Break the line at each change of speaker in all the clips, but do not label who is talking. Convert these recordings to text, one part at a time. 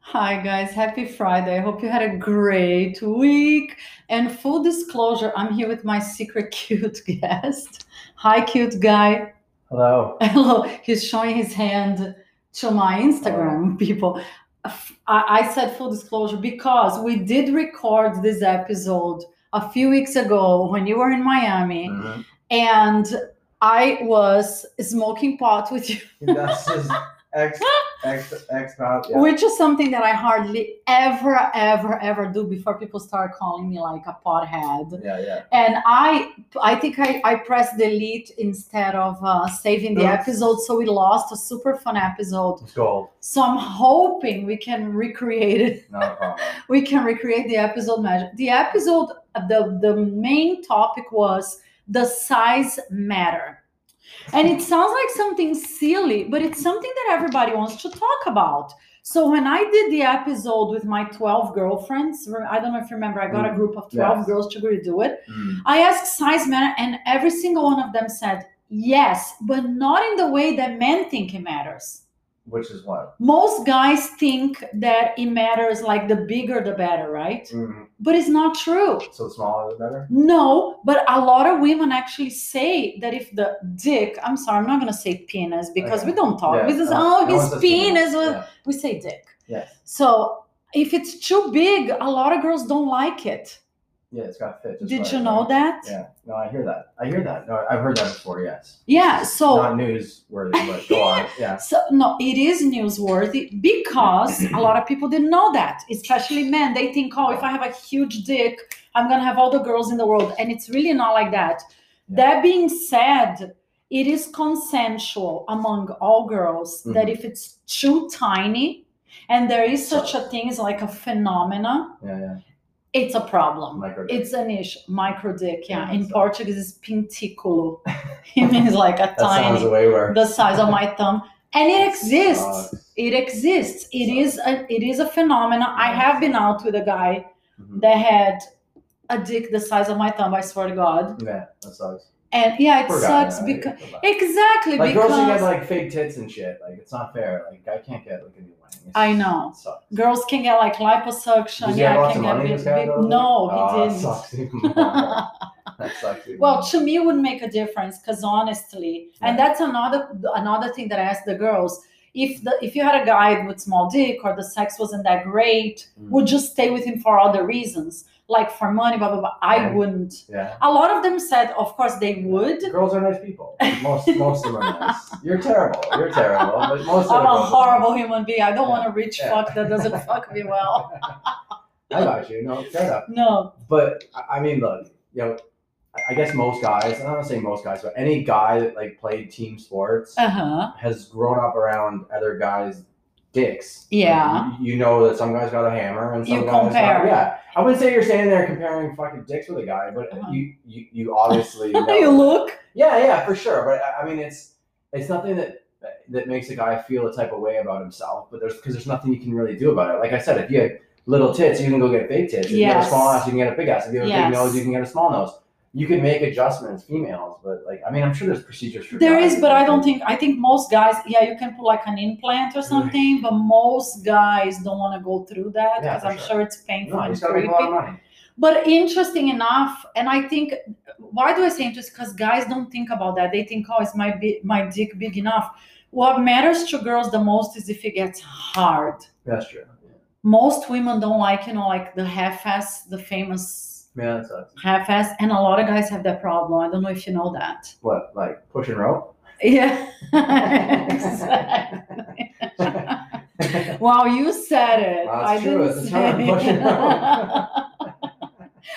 Hi, guys. Happy Friday. I hope you had a great week. And full disclosure, I'm here with my secret cute guest. Hi, cute guy.
Hello.
Hello. He's showing his hand to my Instagram people. I, I said full disclosure because we did record this episode a few weeks ago when you were in Miami
Mhm.
and I was smoking pot with you.
That's just X, X, X out. Yeah.
which is something that I hardly ever, ever, ever do before people start calling me like a pothead.
yeah, yeah.
And I, I think I, I pressed delete instead of uh, saving the
Yeah.
episode, so we lost a super fun episode.
It's gold.
So I'm hoping we can recreate it.
Not a problem.
We can recreate the episode magic. The episode, the the main topic was the size matter. And it sounds like something silly, but it's something that everybody wants to talk about. So when I did the episode with my 12 girlfriends, re- I don't know if you remember, I got a group of 12
yes.
girls to go do it.
Mm.
I asked size matter, and every single one of them said yes, but not in the way that men think it matters
Which is what?
most guys think that it matters like the bigger the better right
Mhm.
but it's not true
So the smaller the better?
no but a lot of women actually say that if the dick i'm sorry i'm not going to say penis because
Okay.
we don't talk
Yeah,
we just
no-
oh
no one
his
says
penis
female.
well,
Yeah.
we say dick
Yes.
so if it's too big a lot of girls don't like it
Yeah, it's got to fit. just
did
right,
you know
right?
that
Yeah. No, I hear that. I hear that. No, I've heard that before, yes.
Yeah, Uh, so
Not newsworthy, but go on. Yeah.
So no, it is newsworthy because a lot of people didn't know that, especially men. They think, oh, if I have a huge dick, I'm gonna have all the girls in the world, and it's really not like that. That being said, it is consensual among all girls that
Mhm.
if it's too tiny, and there is such a thing as like a phenomena,
Yeah, yeah.
it's a problem.
Micro.
It's an issue. Micro dick, yeah.
Yeah,
In
so-
Portuguese, it's pintículo. it means like a
that
tiny
sounds a way where.
the size of my thumb and it exists
Sucks.
it exists it is a it is a phenomenon i
Yes.
have been out with a guy
Mhm.
that had a dick the size of my thumb i swear to god
Yeah, that sucks.
and yeah it
Poor guy,
sucks
man.
because
Come on.
exactly
like girls can
because
get like fake tits and shit. Like it's not fair. Like I can't get like a new one. It's-
I know.
It sucks.
girls can get like liposuction
Does he
yeah
have
I
lots
can
of
get
money?
big-
this guy,
big-
though?
no
Ah,
he didn't
Sucks even more. that sucks even
well
more.
to me it would make a difference because honestly and that's another another thing that i asked the girls if the if you had a guy with small dick or the sex wasn't that great
Mm.
would you stay with him for other reasons like for money blah blah blah i
Right.
wouldn't
yeah.
a lot of them said of course they would
Girls are nice people. Most most of them are nice. You're terrible. You're terrible. But most of the
i'm a
girls are
horrible human being i don't
Yeah.
want a rich
Yeah.
fuck that doesn't fuck me well
nice. I got you. No, fair enough.
no
But I- I mean, look, you know, I- I guess most guys. I'm not saying most guys, but any guy that like played team sports
uh-huh
has grown up around other guys' dicks.
Yeah.
You, you know that some guys got a hammer and some
You
guys
compare.
Got, yeah. I wouldn't say you're standing there comparing fucking dicks with a guy, but
Uh-huh.
you, you you obviously know.
you look
Yeah, yeah, for sure. But I- I mean, it's it's nothing that that makes a guy feel a type of way about himself. But there's because there's nothing you can really do about it. Like I said, if you had little tits, you can go get big tits. If you have
Yes.
a small ass, you can get a big ass. If you have a
Yes.
big nose, you can get a small nose. You can make adjustments, females, but like I mean, I'm sure there's procedures for.
There
guys.
is, but I don't think. I think most guys, yeah, you can put like an implant or something, but most guys don't want to go through that
Yeah,
because
for
I'm
sure.
sure it's painful
No, you
and
just gotta make a lot of
creepy.
money.
But interesting enough, and I think why do I say interesting? Because guys don't think about that. They think, oh, is my bi- my dick big enough? What matters to girls the most is if it gets hard.
That's true.
Most women don't like, you know, like the half-ass, the famous
Man, that sucks.
half-ass, and a lot of guys have that problem. I don't know if you know that.
What, like push and rope?
Yeah, exactly. Wow, you said it.
Wow,
I
that's true.
didn't
It's a
say
term.
it.
Pushing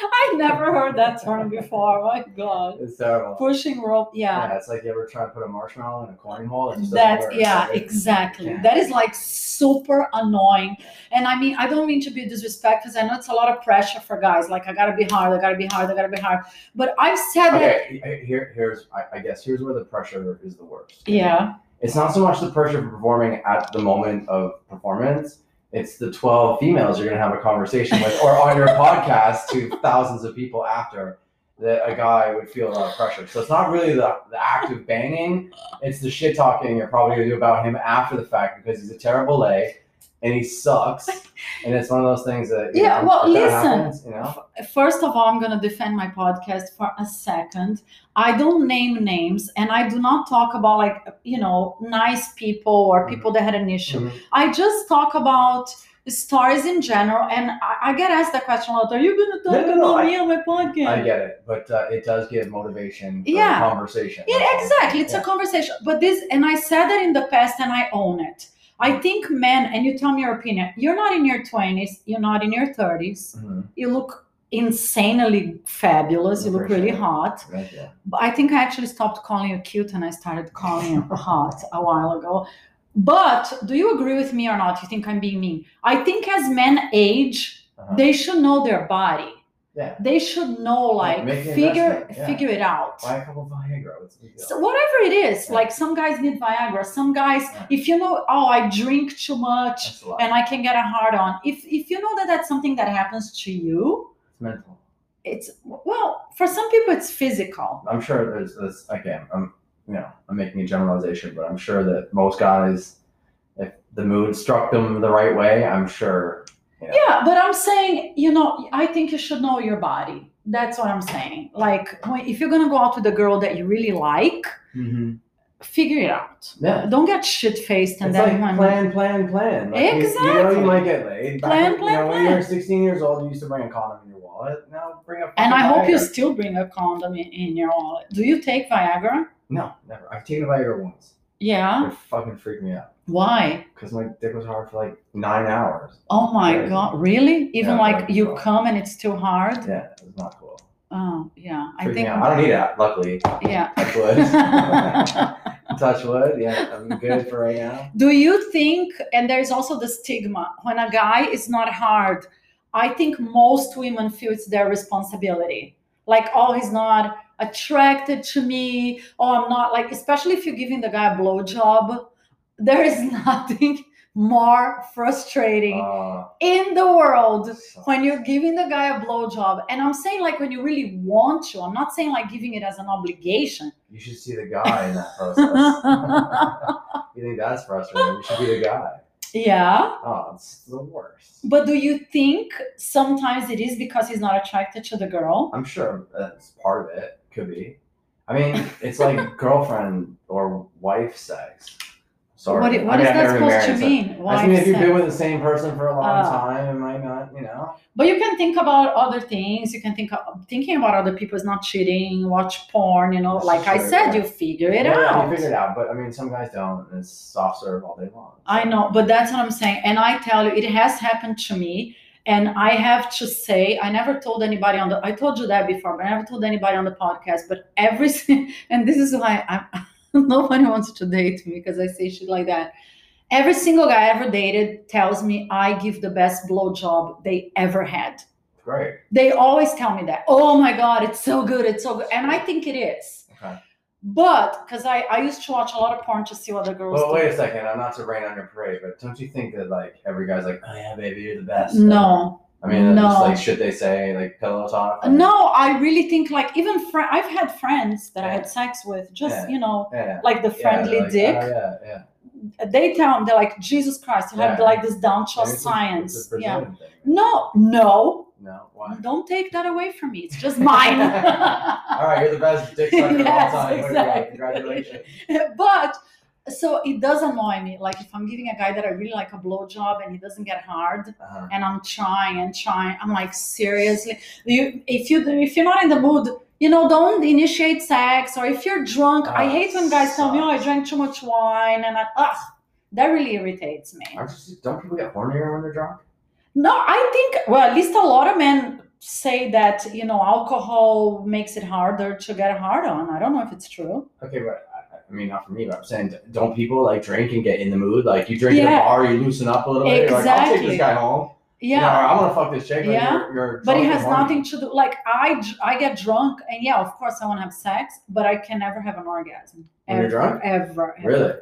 I never heard that term before. My God,
it's terrible.
pushing rope. Yeah,
Yeah, it's like you ever try to put a marshmallow in a cornhole. It just doesn't
that's
work.
yeah,
Like,
exactly.
Yeah.
That is like super annoying. And I mean, I don't mean to be disrespectful. 'cause I know it's a lot of pressure for guys. Like I gotta be hard. I gotta be hard. I gotta be hard. But I've said it.
Okay, he- here, here's I, I guess here's where the pressure is the worst.
Yeah.
It's not so much the pressure of performing at the moment of performance. It's the twelve females you're gonna have a conversation with, or on your podcast to thousands of people after that a guy would feel a lot of pressure. So it's not really the, the act of banging. It's the shit talking you're probably gonna do about him after the fact because he's a terrible lay. and he sucks. and it's one of those things that you
Yeah,
know,
well,
if that
listen.
happens, you know,
First of all, I'm going to defend my podcast for a second. I don't name names and I do not talk about, like, you know, nice people or
Mm-hmm.
people that had an issue.
Mhm.
I just talk about stories in general. And I, I get asked the question a lot Are you going to
No,
talk
no, no,
about
I-
me on my podcast?
I get it, but uh, it does give motivation for
Yeah.
the conversation.
Yeah,
That's all.
exactly. It's
Yeah.
a conversation. But this, and I said that in the past and I own it. I think men, and you tell me your opinion, you're not in your 20s, you're not in your 30s.
Mhm.
You look insanely fabulous, you look really
Appreciate it.
hot.
Thank you.
But I think I actually stopped calling you cute and I started calling you hot a while ago. But do you agree with me or not? You think I'm being mean? I think as men age,
Uh-huh.
they should know their body.
Yeah.
They should know like
make the
figure
investment, yeah.
figure it out.
Buy a couple of Viagra. What's the big deal?
So whatever it is,
Yeah.
like some guys need Viagra. Some guys,
Yeah.
if you know, oh, I drink too much
That's a lot.
and I can get a hard on. If if you know that that's something that happens to you,
it's mental.
it's well for some people it's physical.
I'm sure there's this again. I'm you know I'm making a generalization, but I'm sure that most guys, if the mood struck them the right way, I'm sure. Yeah.
Yeah, but I'm saying you know I think you should know your body. That's what I'm saying. Like when, if you're gonna go out with a girl that you really like, figure it out.
Yeah,
Don't get shit faced and
it's
then
like
when-
plan, plan, plan. Like, you- You, know you
Exactly.
might get laid. Back
Plan,
when-
plan,
you know, When you
plan.
were 16 years old, you used to bring a condom in your wallet. Now bring a.
And I
fucking
hope you
Viagra.
still bring a condom in, in your wallet. Do you take Viagra?
No, never. I've taken a Viagra once.
Yeah.
It fucking freaked me out
Why?
because my dick was hard for like nine hours.
Oh my
Crazy.
god, really? Even
Yeah,
like
like,
you
uh,
come and it's too hard?
Yeah, it was not cool.
Oh, yeah. I
Freaked
think
me out. I don't need that. Luckily,
yeah.
touch wood. touch wood. Yeah, I'm good for right now.
Do you think and there's also the stigma when a guy is not hard, I think most women feel it's their responsibility. Like, oh, he's not attracted to me. Oh, I'm not like especially if you're giving the guy a blowjob, there is nothing more frustrating
Uh,
in the world
so-
when you're giving the guy a blowjob, and I'm saying like when you really want to, I'm not saying like giving it as an obligation.
you should see the guy in that process. you think that's frustrating? You should be the guy.
Yeah.
Oh, it's the worst.
But do you think sometimes it is because he's not attracted to the girl?
I'm sure that's part of it. Could be. I mean, it's like girlfriend or wife sex. Sorry.
What, i- what
I mean,
is
I've
that
never been
supposed to
married, so-
mean?
I just
Why
mean, if you've
sex?
been with the same person for a long
Ah.
time, it might not, you know.
But you can think about other things. You can think of, thinking about other people is not cheating. Watch porn. You know,
That's
like I
true,
said,
yeah.
you figure it
Yeah,
out.
You figure it out, but I mean, some guys don't, and it's soft serve all day long.
I know, but that's what I'm saying. And I tell you, it has happened to me. And I have to say, I never told anybody on the, I told you that before, but I never told anybody on the podcast. But every, si- and this is why I, nobody wants to date me because I say shit like that. Every single guy I ever dated tells me I give the best blowjob they ever had.
Great.
They always tell me that. Oh my God, it's so good. It's so good. And I think it is.
Okay.
But because I, I used to watch a lot of porn to see what the girls
Well,
do.
wait a second. I'm not to rain on your parade, but don't you think that like every guy's like, oh yeah, baby, you're the best.
no.
I mean, that's
No.
like shit they say, like pillow talk.
No, I really think like even fr- I've had friends that I had sex with, just
Yeah.
you know,
Yeah.
like the
Yeah,
friendly
they're like,
dick.
"Oh, yeah, yeah.
They tell me they're like Jesus Christ, you have
Yeah.
like this down to
Maybe it's a-
science.
it's a
yeah.
Brazilian thing.
No, no,
No. Why?
don't take that away from me. It's just mine.
All right, you're the best dick sucker
Yes,
of all time. Way to go.
exactly.
Congratulations.
but so it does annoy me. Like if I'm giving a guy that I really like a blowjob and he doesn't get hard,
Uh-huh.
and I'm trying and trying. I'm like, seriously, you if you if you're not in the mood, you know, don't initiate sex. Or if you're drunk, I
Ah,
hate when guys tell me, "Oh, I
sucks.
drank too much wine," and I, ugh, that really irritates me.
Aren't you, don't people get hornier when they're drunk?
No, I think well, at least a lot of men say that you know alcohol makes it harder to get hard on. I don't know if it's true.
Okay, but I, I- I mean, not for me, but I'm saying, don't people like drink and get in the mood? Like, you drink at
Yeah.
a bar, you loosen up a little bit. You're like, I'll take
Exactly.
this guy home. You know,
Yeah.
or I want to fuck this chick. Like,
Yeah.
You're, you're
But it
drunk and
has
horny.
nothing to do. Like I, dr- I get drunk, and yeah, of course I want to have sex, but I can never have an orgasm.
When you're
ever,
drunk?
ever, ever.
Really?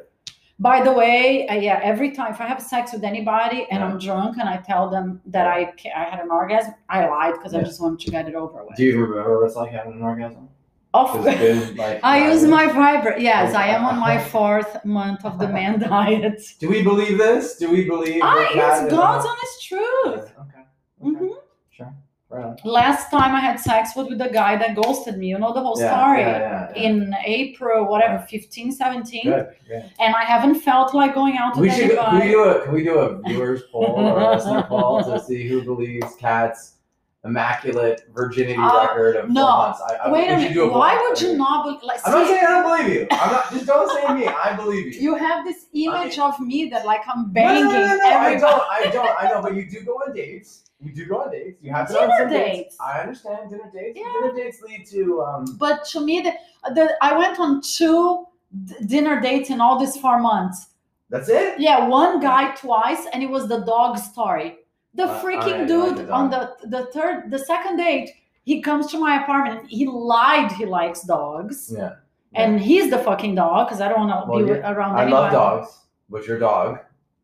By the way, I, yeah, every time if I have sex with anybody and
Yeah.
I'm drunk and I tell them that I ca- I had an orgasm, I lied because I
Yeah.
just wanted to get it over with.
Do you remember what it's like having an orgasm?
Of
It's been like
I use
nine
my
years.
vibrator. Yes, I am on my fourth month of the man diet.
Do we believe this? Do we believe?
I,
that that
it's
is a-
God's honest
Yeah,
truth.
Okay. okay.
Mhm.
Sure. Right on.
Last time I had sex was with the guy that ghosted me. You know the whole
yeah,
story.
Yeah, yeah, yeah.
In April, whatever, 15, 17.
Good. good.
And I haven't felt like going out with
We should. Can we
anybody.
do a? Can we do a viewers poll or a listener poll to see who believes Cat's immaculate virginity
Uh,
record of
no.
four months? I, I,
Wait
we
a
should do
minute. Why
poll.
would you not be like
I'm not
see,
saying I don't believe you. I'm not. Just don't say me. I believe you.
you have this image of me that like I'm
No,
banging
no, no, no, no, I
everybody.
don't. I don't. I know, but you do go on dates. You do go on dates. You have to
Dinner
some dates.
dates.
I understand dinner dates. but
Yeah.
Dinner dates lead to um.
But to me, the, the, I went on two d- dinner dates in all these four months.
That's it.
Yeah, one guy twice, and it was the dog story. The
Uh,
freaking
alright,
dude
like the
on the the third, the second date, he comes to my apartment. He lied he likes dogs,
Yeah.
and he's the fucking dog because I don't want to
Well,
be
yeah,
around.
I
anyone.
love dogs, but your dog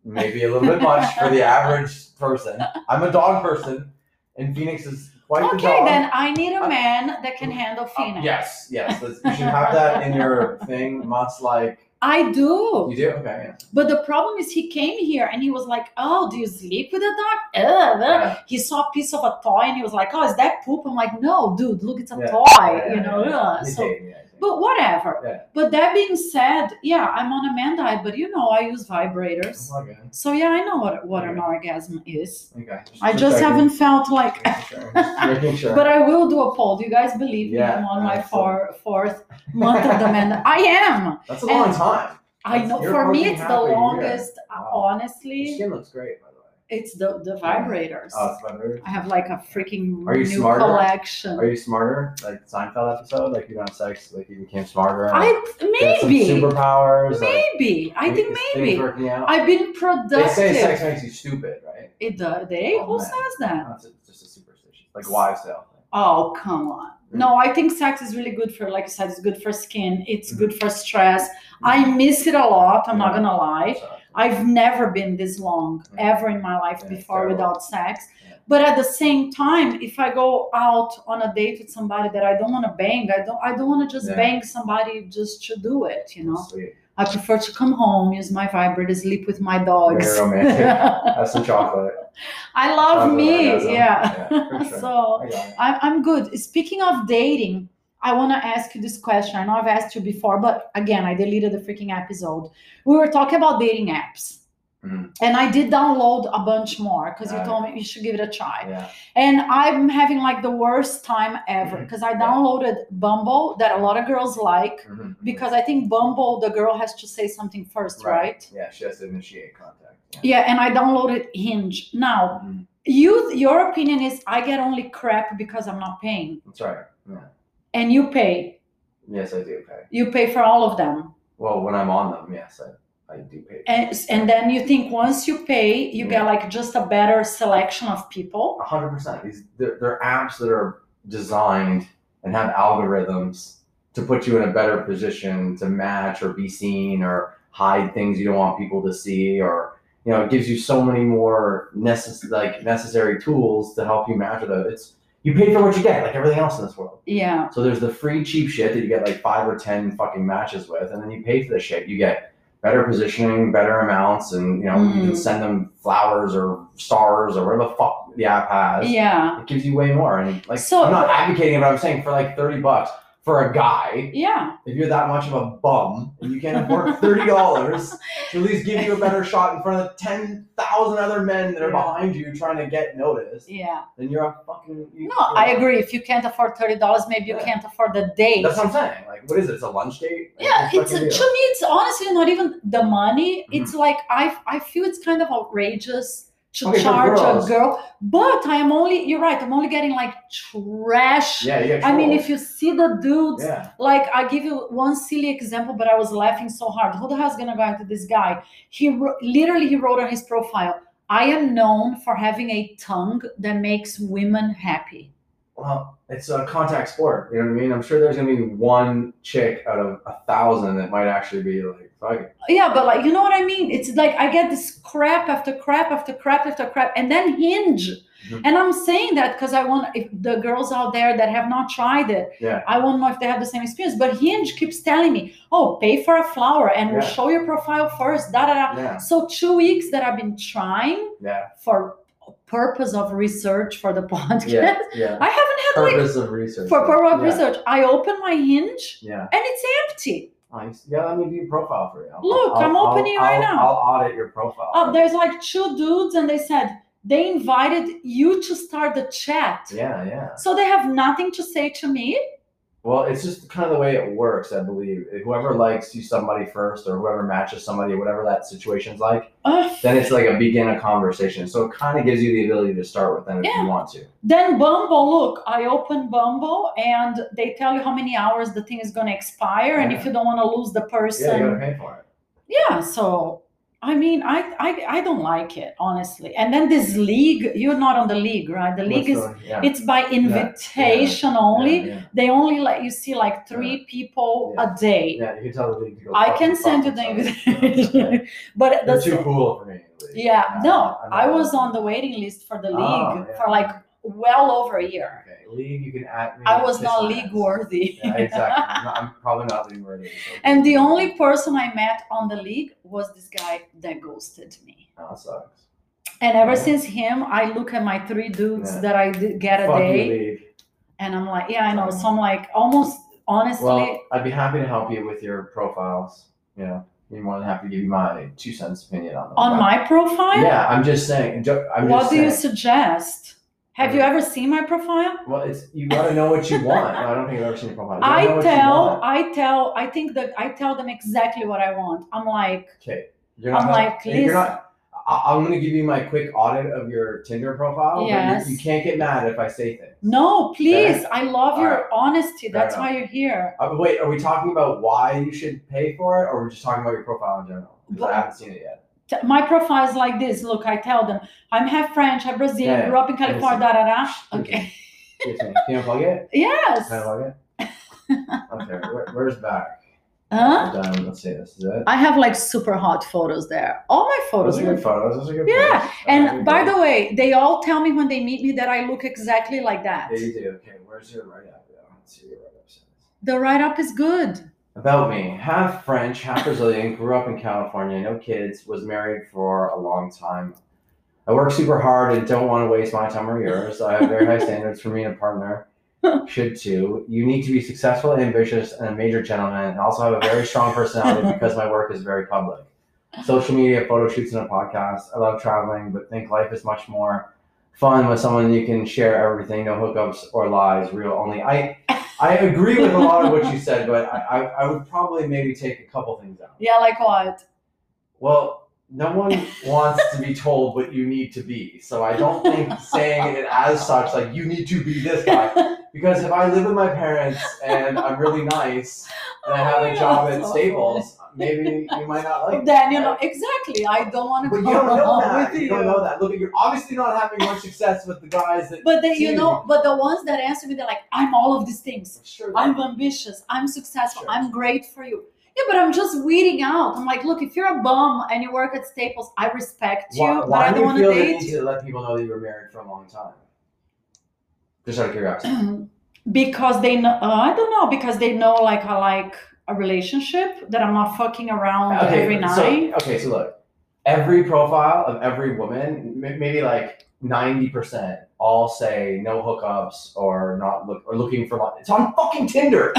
may be a little bit much for the average person. I'm a dog person, and Phoenix is quite the
Okay,
dog.
then I need a
I-
man that can handle
Uh,
Phoenix.
yes, yes. that's- You should have that in your thing. Must like
I do.
you do. Okay.
But the problem is, he came here and he was like, "Oh, do you sleep with a dog?" Ugh.
Yeah.
He saw a piece of a toy and he was like, "Oh, is that poop?" I'm like, "No, dude, look, it's a
Yeah.
toy."
yeah,
you
yeah,
know.
yeah.
ugh.
You
So
take me, I think.
But whatever.
Yeah.
But that being said, yeah, I'm on a man diet, but you know I use vibrators.
Okay.
So yeah, I know what what an
Okay.
orgasm is.
Okay.
I just
checking.
haven't felt like
Making sure. Just making sure.
but I will do a poll. Do you guys believe me?
Yeah,
I'm on my four,
absolutely.
fourth month of the man. I am.
That's a long
and-
time.
I
That's-
know.
you're
For me,
fucking
it's the
happy, yeah.
longest. uh,
Wow. Your
Honestly,
skin looks great, by the way.
it's the the vibrators.
Oh, it's my favorite.
I have like a freaking
Are you
new
smarter?
collection.
Are you smarter? Like the Seinfeld episode? Like you don't have sex, like you became smarter?
I
You had some
maybe,
superpowers? Like,
maybe. I
maybe
think
these Things
maybe.
working out?
I've been
they
productive.
say sex makes you stupid, right?
It does. They?
Oh,
Who
man.
says that?
That's a, just a superstition. Like wives tale.
Oh, come on. No, I think sex is really good for, like I said, it's good for skin. It's
Mhm.
good for stress. I miss it a lot. I'm not
Mm. Yeah.
going to lie.
So,
I've never been this long
Mhm.
ever in my life
Yeah, it's
before
terrible.
without sex.
Yeah.
But at the same time, if I go out on a date with somebody that I don't want to bang, I don't I don't want to just
Yeah.
bang somebody just to do it, you know.
Sweet.
I prefer to come home, use my vibrator, sleep with my dogs.
Very romantic. Have some chocolate.
I love
Chocolate
me,
orgasm.
yeah.
Yeah, for sure.
so
I got it.
I, I'm good. Speaking of dating, I want to ask you this question. I know I've asked you before, but again, I deleted the freaking episode. We were talking about dating apps.
Mhm.
And I did download a bunch more because you
Yeah.
told me you should give it a try.
Yeah.
And I'm having like the worst time ever because I downloaded Bumble that a lot of girls like
Mhm.
because I think Bumble, the girl has to say something first,
Right.
right?
Yeah, she has to initiate contact. Yeah.
Yeah, and I downloaded Hinge. Now,
Mhm.
you your opinion is I get only crap because I'm not paying.
That's right. Yeah.
And you pay.
Yes, I do pay.
you pay for all of them
Well, when I'm on them, yes, I, I do pay.
and, and then you think once you pay you
Mm.
get like just a better selection of people
hundred percent. These they're, they're apps that are designed and have algorithms to put you in a better position to match or be seen or hide things you don't want people to see or you know it gives you so many more necess- like necessary tools to help you match with it. It's you pay for what you get, like everything else in this world.
yeah
So there's the free cheap shit that you get like five or ten fucking matches with, and then you pay for the shit. You get better positioning, better amounts, and you know you
Mm.
can send them flowers or stars or whatever the fuck the app has.
yeah
It gives you way more. And like
So-
I'm not advocating it, but I'm saying for like thirty bucks for a guy,
yeah
if you're that much of a bum and you can't afford thirty dollars to at least give you a better shot in front of ten thousand other men that are
Yeah.
behind you trying to get noticed,
yeah
then you're a fucking you-
no i agree if you can't afford $30 maybe you
Yeah.
can't afford the date
That's what I'm saying. Like, what is it? It's a Mm-hmm. lunch date? Like,
yeah
what the fuck
it's to
is
me
it?
it's honestly not even the money it's like i i feel it's kind of outrageous to
Okay, for
charge a
girls.
girl but i am only you're right i'm only getting like trash
Yeah, yeah.
i mean
sure.
if you see the dudes
yeah,
like i give you one silly example but i was laughing so hard who the hell's gonna go after this guy he wr- literally he wrote on his profile i am known for having a tongue that makes women happy
well, it's a contact sport. You know what I mean? I'm sure there's gonna be one chick out of a thousand that might actually be like Fuck it.
Yeah, but like you know what I mean? It's like I get this crap after crap after crap after crap, and then hinge.
Mhm.
And I'm saying that because I want if the girls out there that have not tried it,
Yeah.
I won't know if they have the same experience. But Hinge keeps telling me, oh, pay for a flower and we'll
Yeah.
show your profile first. Da da da.
Yeah.
So two weeks that I've been trying
Yeah.
for purpose of research for the podcast,
Yeah. Yeah.
I haven't had like
Purpose of research.
for purpose of
yeah.
research. I open my Hinge
Yeah.
and it's empty.
Nice. Yeah, let me do your profile for you. I'll-
Look,
I'll-
I'm
I'll-
opening right
I'll-
now.
I'll audit your profile.
Oh, there's like two dudes, and they said they invited you to start the chat.
Yeah, yeah.
So they have nothing to say to me.
Well, it's just kind of the way it works, I believe. Whoever likes you somebody first, or whoever matches somebody, whatever that situation's like,
Ugh.
then it's like a begin a conversation. So it kind of gives you the ability to start with them if
Yeah.
you want to.
Then Bumble, look, I open Bumble and they tell you how many hours the thing is going to expire. And if
Yeah.
you don't want to lose the
Yeah, you gotta
person.
pay for it.
Yeah. so, I mean, I, I, I don't like it, honestly. And then this league, you're not on the league, right? The league is,
What's the- yeah.
it's by invitation only.
Yeah,
They only let you see like three people a day.
yeah. Yeah, you can tell the league to go.
I
fuck
can send
themselves.
you the invitation, but
They're
that's
too cool for me. the league.
yeah. No,
I'm not-
I was on the waiting list for the league
Oh, yeah.
for like well over a year.
Okay, league, you can at me.
I was
kiss
not
my
league
ass.
worthy,
Yeah, exactly. I'm, not- I'm probably not league worthy. so-
and the only person I met on the league was this guy that ghosted me.
Oh, that sucks.
And ever
Yeah.
since him, I look at my three dudes
Yeah.
that I did get a
Fuck you,
day,
league.
and I'm like, yeah, I know. So I'm like, almost honestly,
Well, I'd be happy to help you with your profiles. You know, be more than happy to give you my two cents opinion on them.
on my profile,
Yeah, I'm just saying. ju- I'm
what
just
do you
saying.
suggest? Have you
Yeah.
ever seen my profile?
Well, it's you gotta know what you want. No, I don't think I've ever seen your profile. You gotta know
I
what you
tell,
want.
I tell, I think that I tell them exactly what I want. I'm like,
Okay, you're not.
I'm like,
if you're
listen.
not. I- I'm gonna give you my quick audit of your Tinder profile. but you-
Yes.
You, can't get mad if I say things.
no, please, I love your
Alright.
honesty.
Fair
That's
enough.
why you're here.
Uh, wait, are we talking about why you should pay for it, or we're just talking about your profile in general? Because
But-
I haven't seen it yet.
T- My profile is like this. Look, I tell them I'm half French, half Brazilian,
Yeah,
grew up in California. Da da da. Okay.
Excuse me. Can you unplug it?
Yes.
Can I unplug it? Okay. Where, where's back?
Huh?
We're done. Let's see. This is it.
I have like super hot photos there. All my photos
Those are
look.
good photos. Those are good.
Oh, Yeah,
photos. Okay,
And by
good.
the way, they all tell me when they meet me that I look exactly like that.
Yeah, you do. Okay. Where's your write up? Let's see your write up.
The write up is good.
About me, half French, half Brazilian, grew up in California, no kids, was married for a long time. I work super hard and don't want to waste my time or yours. I have very high standards for me and a partner. Should too. You need to be successful, ambitious, and a major gentleman, and also have a very strong personality because my work is very public. Social media, photo shoots, and a podcast. I love traveling, but think life is much more fun with someone you can share everything, no hookups or lies, real only. I I agree with a lot of what you said, but I, I, I would probably maybe take a couple things out.
Yeah, like what?
Well, no one wants to be told what you need to be. So I don't think saying it as such, like you need to be this guy. Because if I live with my parents and I'm really nice and I have a job at Staples, maybe you might not like
then you
that.
know exactly. I don't want to
But
go
you don't know
along
that.
with
You
you.
don't know that. Look, you're obviously not having much success with the guys that.
But they, you
Dude.
know, but the ones that answer me, they're like, "I'm all of these things.
Sure.
I'm ambitious. I'm successful.
Sure.
I'm great for you." Yeah, but I'm just weeding out. I'm like, look, if you're a bum and you work at Staples, I respect you,
Why,
but
why
I don't
do you
want
feel
to
the
date
need to let people know that you were married for a long time? Just out of curiosity.
you because they know. Uh, I don't know because they know like I like a relationship that I'm not fucking around every night.
So, okay, so look, every profile of every woman, m- maybe like ninety percent, all say no hookups or not look or looking for. lo- It's on fucking Tinder.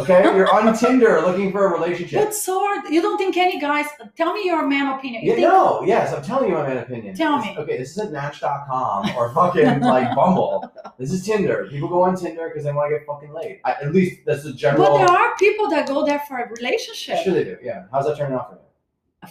Okay, you're on Tinder looking for a relationship.
But so are, you don't think any guys? Tell me your man opinion. You
Yeah,
think
no, yes, I'm telling you my man opinion.
Tell
This-
me.
Okay, this isn't Match.com or fucking like Bumble. This is Tinder. People go on Tinder because they want to get fucking laid. I, at least that's the
But
general.
there are people that go there for a relationship.
Sure, they do. Yeah. How's that turning out for you?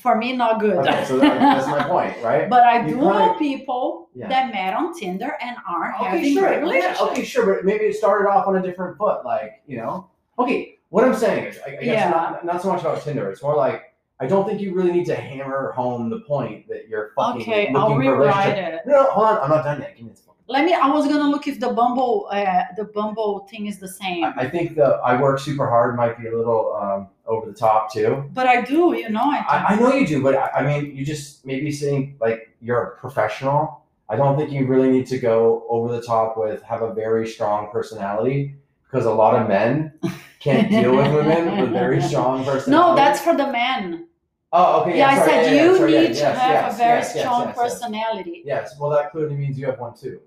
For me, not good.
Okay, so that, that's my point, right?
but I
You
do know
probably-
people
Yeah.
that met on Tinder and are
Okay,
having
sure.
great
yeah,
relationships.
okay, sure. But maybe it started off on a different foot, like you know. Okay, what I'm saying is, I, I guess
Yeah.
not, not so much about Tinder. It's more like I don't think you really need to hammer home the point that you're fucking
Okay,
looking
I'll
for a
rewrite
relationship.
it.
No, no, hold on. I'm not done yet. Give me this fucking
Let me. I was gonna look if the Bumble, uh, the Bumble thing is the same.
I I think the I work super hard might be a little um, over the top too.
but I do, you know. I, do.
I, I know you do, but I, I mean, you just maybe saying like you're a professional. I don't think you really need to go over the top with have a very strong personality because a lot of men can't deal with women with very strong personalities.
no, that's for the man.
oh okay.
yeah, I
sorry,
said
yeah,
you
sorry, yeah,
need to
yes,
have
yes,
a very
yes, yes,
strong
yes, yes.
personality.
Yes, well, that clearly means you have one too.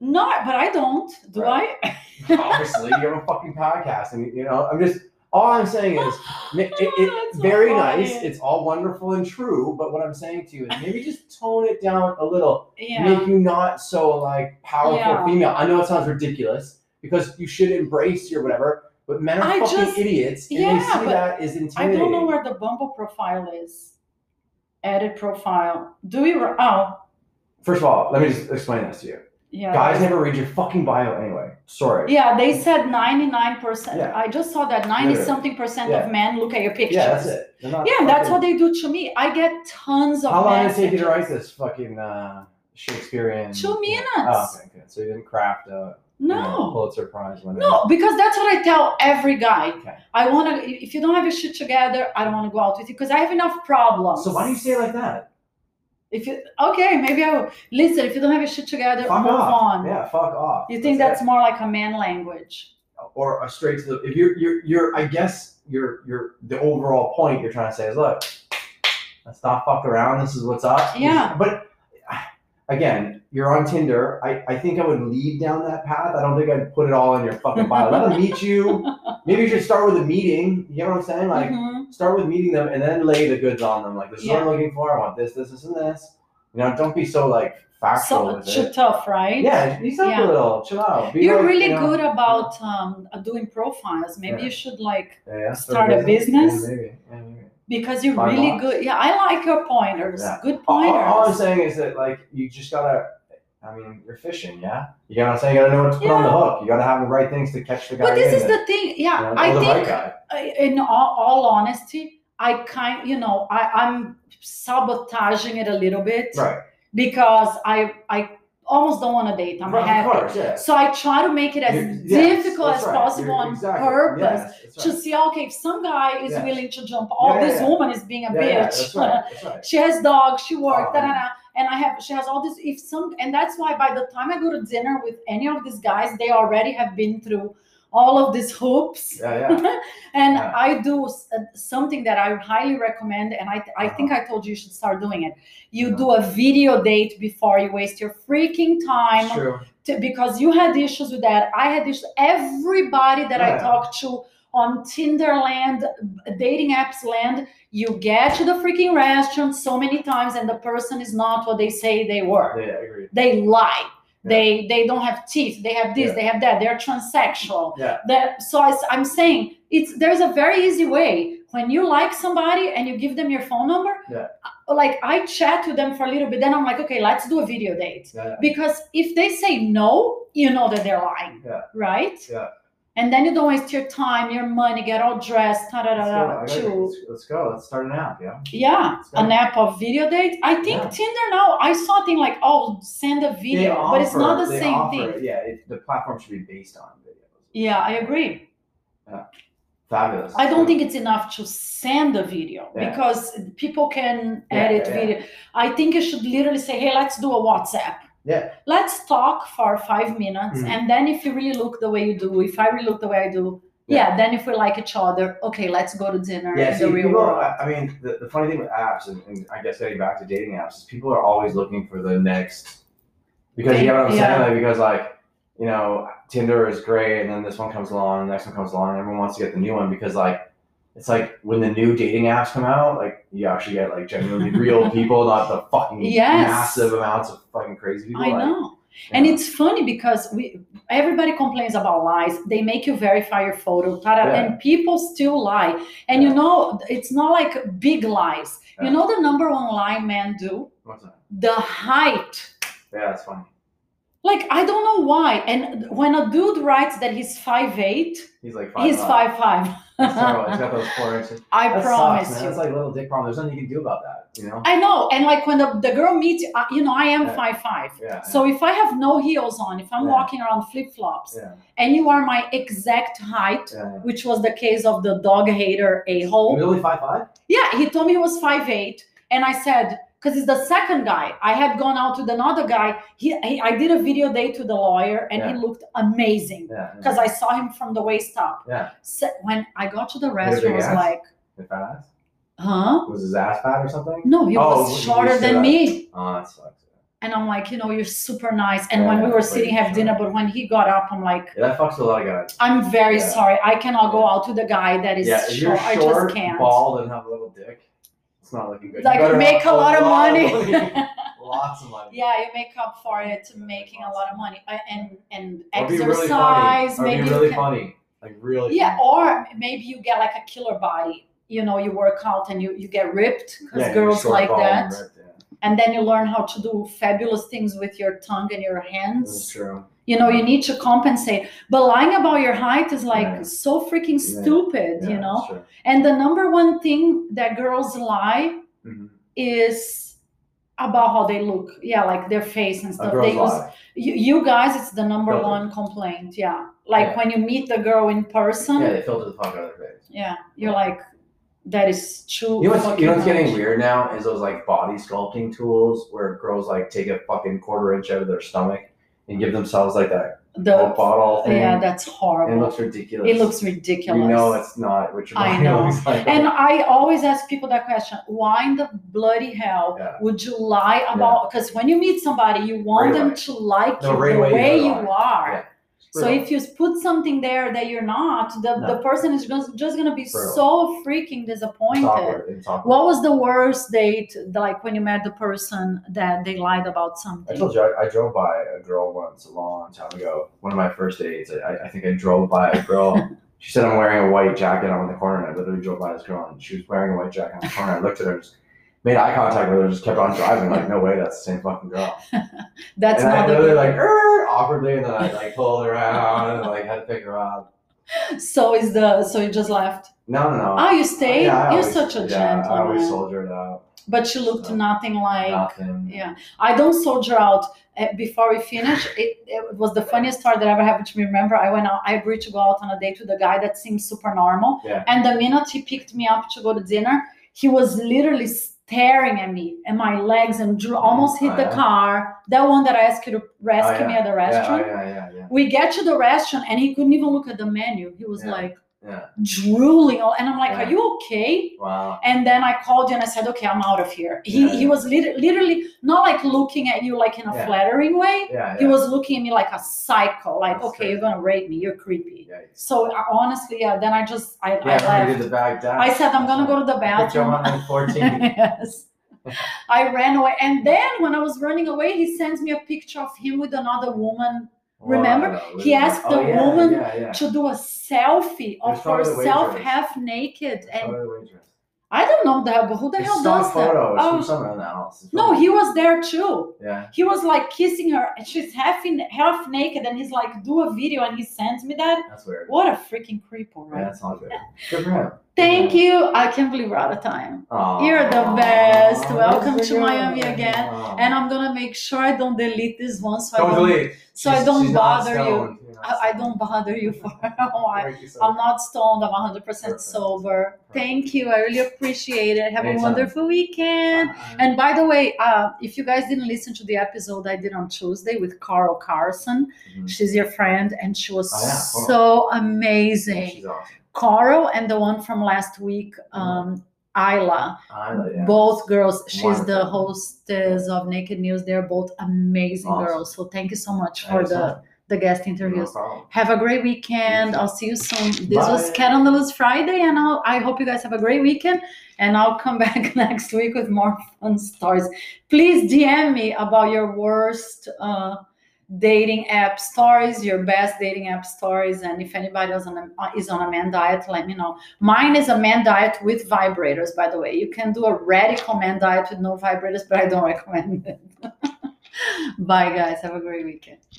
No, but I don't. Do I?
Obviously, you have a fucking podcast, and you know, I'm just all I'm saying is ma- it,
Oh, That's
it's
so
very
funny.
nice. It's all wonderful and true. But what I'm saying to you is maybe just tone it down a little,
Yeah.
make you not so like powerful
Yeah.
female. I know it sounds ridiculous because you should embrace your whatever, but men are
I
fucking
just-
idiots, and
yeah,
they see
but
that as
I
intimidating.
don't know where the Bumble profile is. Edit profile. Do we? Oh,
First of all, let me just explain this to you.
yeah.
Guys never read your fucking bio anyway. Sorry.
Yeah, they said 99%.
Yeah.
I just saw that 90
Literally.
something percent
Yeah.
of men look at your pictures.
Yeah, that's it. They're not
Yeah, and that's
fucking-
what they do to me. I get tons of
How long did it
messages.
take you to write this fucking uh, Shakespearean?
Two minutes.
Oh, okay, okay. So you didn't craft a you know,
No.
Pulitzer Prize winner.
No, because that's what I tell every guy.
Okay.
I want to, if you don't have your shit together, I don't want to go out with you because I have enough problems.
So why do you say it like that?
If you, okay, maybe I will. Listen, if you don't have your shit together,
fuck
move
off.
on.
Yeah, fuck off.
You think that's more like a man language?
it. or a straight to the if you're you're you're I guess you're you're the overall point you're trying to say is look, let's not fuck around. This is what's up.
Yeah.
But again, you're on Tinder. I, I think I would lead down that path. I don't think I'd put it all in your fucking bio. Let them meet you. Maybe you should start with a meeting. You get what I'm saying? Like
Mhm.
start with meeting them and then lay the goods on them. Like this is what I'm
Yeah.
looking for. I want this, this, this, and this. You know, don't be so like factual
So
with
too
it.
tough, right?
Yeah, be up
Yeah.
a little. Chill out. Be
You're
like,
really
you know-
good about um, doing profiles. Maybe
Yeah.
you should like
Yeah, yeah,
start a business.
Yeah, maybe. Yeah, maybe.
because you're
Find
really
lots.
good. Yeah, I like your pointers.
Yeah.
Good
All,
pointers.
all I'm saying is that like you just gotta. I mean, you're fishing, yeah. You got what I'm saying. You gotta know what to put on the hook. You gotta have the right things to catch the guy.
but this
in
is
and,
the thing.
you know,
Yeah,
or
I
the right
think
guy.
I- in all, all honesty, I kind you know I I'm sabotaging it a little bit
Right.
because I I almost don't want to date. I'm
right,
happy.
Of course, yeah.
So I try to make it as
You're- yes,
difficult
that's
as
right.
possible
You're-
on
exactly.
purpose.
Yes, that's
To
right.
see, okay, if some guy is
Yes.
willing to jump, oh,
Yeah, yeah,
this
yeah.
woman is being a
yeah,
bitch.
yeah, that's right. That's right.
She has dogs, she works,
Oh,
da, da,
man.
da. and I have she has all this if some and that's why by the time I go to dinner with any of these guys, they already have been through all of these hoops.
Yeah, yeah.
And
Yeah.
I do s- uh, something that I highly recommend, and I, I think I told you you should start doing it. You
Uh-huh. Yeah.
do a video date before you waste your freaking
It's
time
true.
to, because you had issues with that. I had issues. Everybody that I
Yeah.
talked to on Tinder land, dating apps land, you get to the freaking restaurant so many times, and the person is not what they say they were.
Yeah, I agree.
They lie.
Yeah.
They they don't have teeth. They have this.
Yeah.
They have that. They're transsexual.
Yeah.
That so I, am saying it's there's a very easy way when you like somebody and you give them your phone number.
Yeah.
uh, Like I chat with them for a little bit, then I'm like, okay, let's do a video date
Yeah.
because if they say no you know that they're lying
Yeah.
right
Yeah.
and then you don't waste your time your money get all dressed da, da, da, da,
Let's go. I gotta-
to,
let's- Let's go. Let's start an app. Yeah.
yeah
Let's go.
an app of video date i think
Yeah.
tinder now i saw a thing like oh send a
They
video but it's not
offer-
the
they
same
offer-
thing
Yeah, it, the platform should be based on videos.
yeah i agree
Fabulous.
i don't think it's enough to send a video
Yeah.
because people can
Yeah,
edit
yeah, yeah.
video i think you should literally say hey let's do a whatsapp
Yeah.
let's talk for five minutes
Mhm.
and then if you really look the way you do if i really look the way i do yeah,
Yeah.
then if we like each other okay let's go to dinner
Yeah,
in
see,
the real
people,
world
I, I mean, the, the funny thing with apps, and, and I guess getting back to dating apps, is people are always looking for the next. Because you know what I'm
Yeah.
saying? Like, because, like, you know, Tinder is great, and then this one comes along, and the next one comes along, and everyone wants to get the new one because, like, it's like when the new dating apps come out, like, you actually get, like, genuinely real people, not the fucking
Yes.
massive amounts of fucking crazy people.
i
like,
know
you
and
know.
it's funny because we everybody complains about lies they make you verify your photo ta-da,
Yeah.
and people still lie and you
Yeah.
know it's not like big lies you
Yeah.
know the number one lie men do
What's that?
the height
Yeah, it's funny.
like i don't know why and when a dude writes that he's 5'8
He's like five.
he's 5'5
It's terrible. It's got those four inches.
I
That
promise
sucks, man.
you.
That's like little dick problem. There's nothing you can do about that. You know?
I know, and like when the, the girl meets, you, I- you know, I am
Yeah.
five five.
Yeah.
So if I have no heels on, if I'm
Yeah.
walking around flip flops,
yeah.
and you are my exact height,
Yeah.
which was the case of the dog hater a hole.
You really five five?
Yeah, he told me he was five eight, and I said, because it's the second guy. I had gone out with another guy. He, he I did a video day to the lawyer, and he
Yeah.
looked amazing
Yeah. yeah.
because I saw him from the waist up.
Yeah.
So when I got to the
a big
restaurant, I was
ass?
like,
The fat ass?
huh?
Was his ass fat or something?
No, he
Oh,
was
you
shorter
said
than
that.
me.
Oh, that sucks.
And I'm like, you know, you're super nice. And when
Yeah,
we were
that's what
sitting
you
have dinner,
said.
but when he got up, I'm like,
Yeah, that fucks a lot of guys.
I'm very
Yeah.
sorry. I cannot go out with a guy that is
yeah, if you're
short. I just
short,
can't.
bald, and have a little dick, it's not looking good. You
Like
better
make a
have
lot of money.
Lots of money.
yeah, you make up for it making a lot of money I- and and
Or be really funny.
exercise.
Or
maybe
be
you
really
can-
funny. Like really.
yeah,
funny.
or maybe you get like a killer body. You know, you work out and you you get ripped because
Yeah, you're
girls
short,
like
bald, and
that.
ripped, yeah.
And then you learn how to do fabulous things with your tongue and your hands.
That's true.
you know you need to compensate but lying about your height is like
Yeah.
so freaking
Yeah.
stupid
Yeah,
you know
that's true.
and the number one thing that girls lie
Mhm.
is about how they look yeah like their face and
A
stuff they
girl's
use
lie.
you, you guys it's the number
Filter.
one complaint yeah like
Yeah.
when you meet the girl in person
Yeah,
yeah,
they filter the fuck out of their face.
you're like that is true
You know, what's, you know what's getting weird now is those like body sculpting tools where girls like take a fucking quarter inch out of their stomach and give themselves like that
the
Coke bottle thing.
Oh, yeah that's
and it
horrible
looks ridiculous.
it looks ridiculous
You know it's not what your
I
body
know.
looks like.
And I always ask people that question: Why in the bloody hell
Yeah.
would you lie about? Because when you meet somebody, you want
Right
them
away.
to like
No,
you
right
the
away you
way
gotta
you
lie.
are.
Yeah.
So if you put something there that you're not, the, the
No.
person is just, just gonna be
Brutal.
so freaking
it's
disappointed.
awkward. It's awkward.
What was the worst date, like when you met the person that they lied about
I
something?
told you I, I drove by a girl once a long time ago. One of my first dates, I- I, I think I drove by a girl. she said I'm wearing a white jacket. I'm on the corner, and I literally drove by this girl, and she was wearing a white jacket on the corner. I looked at her, just made eye contact with her, just kept on driving. Like no way, that's the same fucking girl.
That's
and I
not the
literally like "Er," awkwardly, and then I like pulled her out and like had to pick her up.
so is the so you just left.
No, no, no.
Oh, you stayed.
Yeah, I
you're
always-
such a
yeah, I always
gentleman.
soldiered out.
But she looked
So,
nothing like.
Nothing.
Yeah, I don't soldier out. Uh, before we finish, it, it was the funniest story that ever happened to me. Remember, I went out, I agreed to go out on a date with a guy that seemed super normal.
Yeah.
And the minute he picked me up to go to dinner, he was literally staring at me and my legs and drew, almost hit
Oh,
the
yeah.
car. That one that I asked you to rescue
yeah.
me at the
Yeah, oh,
restaurant.
yeah, yeah, yeah.
We get to the restaurant and he couldn't even look at the menu. He was
Yeah.
like
Yeah.
drooling. all- And I'm like,
Yeah.
are you okay?
Wow.
And then I called you and I said, okay, I'm out of here. He,
Yeah.
he was lit- literally not like looking at you like in a
Yeah.
flattering way.
Yeah,
He
yeah.
was looking at me like a psycho, like,
That's
okay,
crazy.
you're going to rape me. You're creepy.
Yeah,
So I, honestly, yeah, then I just, I,
Yeah, I
I
remember you
left.
did the bag down.
I said, I'm going to go to the
I picked you
bathroom.
up on like 14.
yes. I ran away. And then when I was running away, he sends me a picture of him with another woman Remember?
Wow,
He asked the
oh, yeah,
woman
Yeah, yeah.
to do a selfie of
There's probably the
herself
waitress. Oh.
half naked. And
Photo of the waitress.
I don't know that, but who the
It's
hell
some
does that?
photo. It's
Oh,
from someone else. It's
No,
probably-
he was there too.
Yeah.
He was like kissing her, and she's half in, half naked, and he's like, "Do a video," and he sends me that.
That's weird.
What a freaking creepo,
Yeah,
right?
that's not good. Good for him.
Thank you. I can't believe we're out of time,
Aw.
You're the best.
Aw,
Welcome
that's
to
good.
Miami again.
Aw.
and I'm gonna make sure I don't delete this one, so I
don't
don't,
delete.
so I
She's-
don't
she's not
bother you.
stoned. You're not
I, I
stoned.
don't bother you for a while.
Thank you so
I'm
much.
not stoned. I'm 100%
Perfect.
sober.
Perfect.
Thank you. I really appreciate it. Have a
Anytime.
wonderful weekend. And by the way, uh, if you guys didn't listen to the episode I did on Tuesday with Carl Carson,
Mhm.
she's your friend, and she was
Oh, yeah,
so
Carl.
amazing.
She's awesome.
Carl and the one from last week, um, Isla,
I like Mm-hmm. yeah.
both girls. She's the
Wonderful.
hostess of Naked News. They're both amazing
Awesome.
girls. So thank you so much for the,
Anytime.
the guest
No
interviews.
problem.
Have a great weekend.
You too.
I'll see you soon. This was
Bye.
Cat on the Loose Friday, and I'll, I hope you guys have a great weekend. And I'll come back next week with more fun stories. Please DM me about your worst uh, dating app stories, your best dating app stories, and if anybody is on a, is on a man diet, let me know. Mine is a man diet with vibrators, by the way. You can do a radical man diet with no vibrators, but I don't recommend it. Bye, guys. Have a great weekend.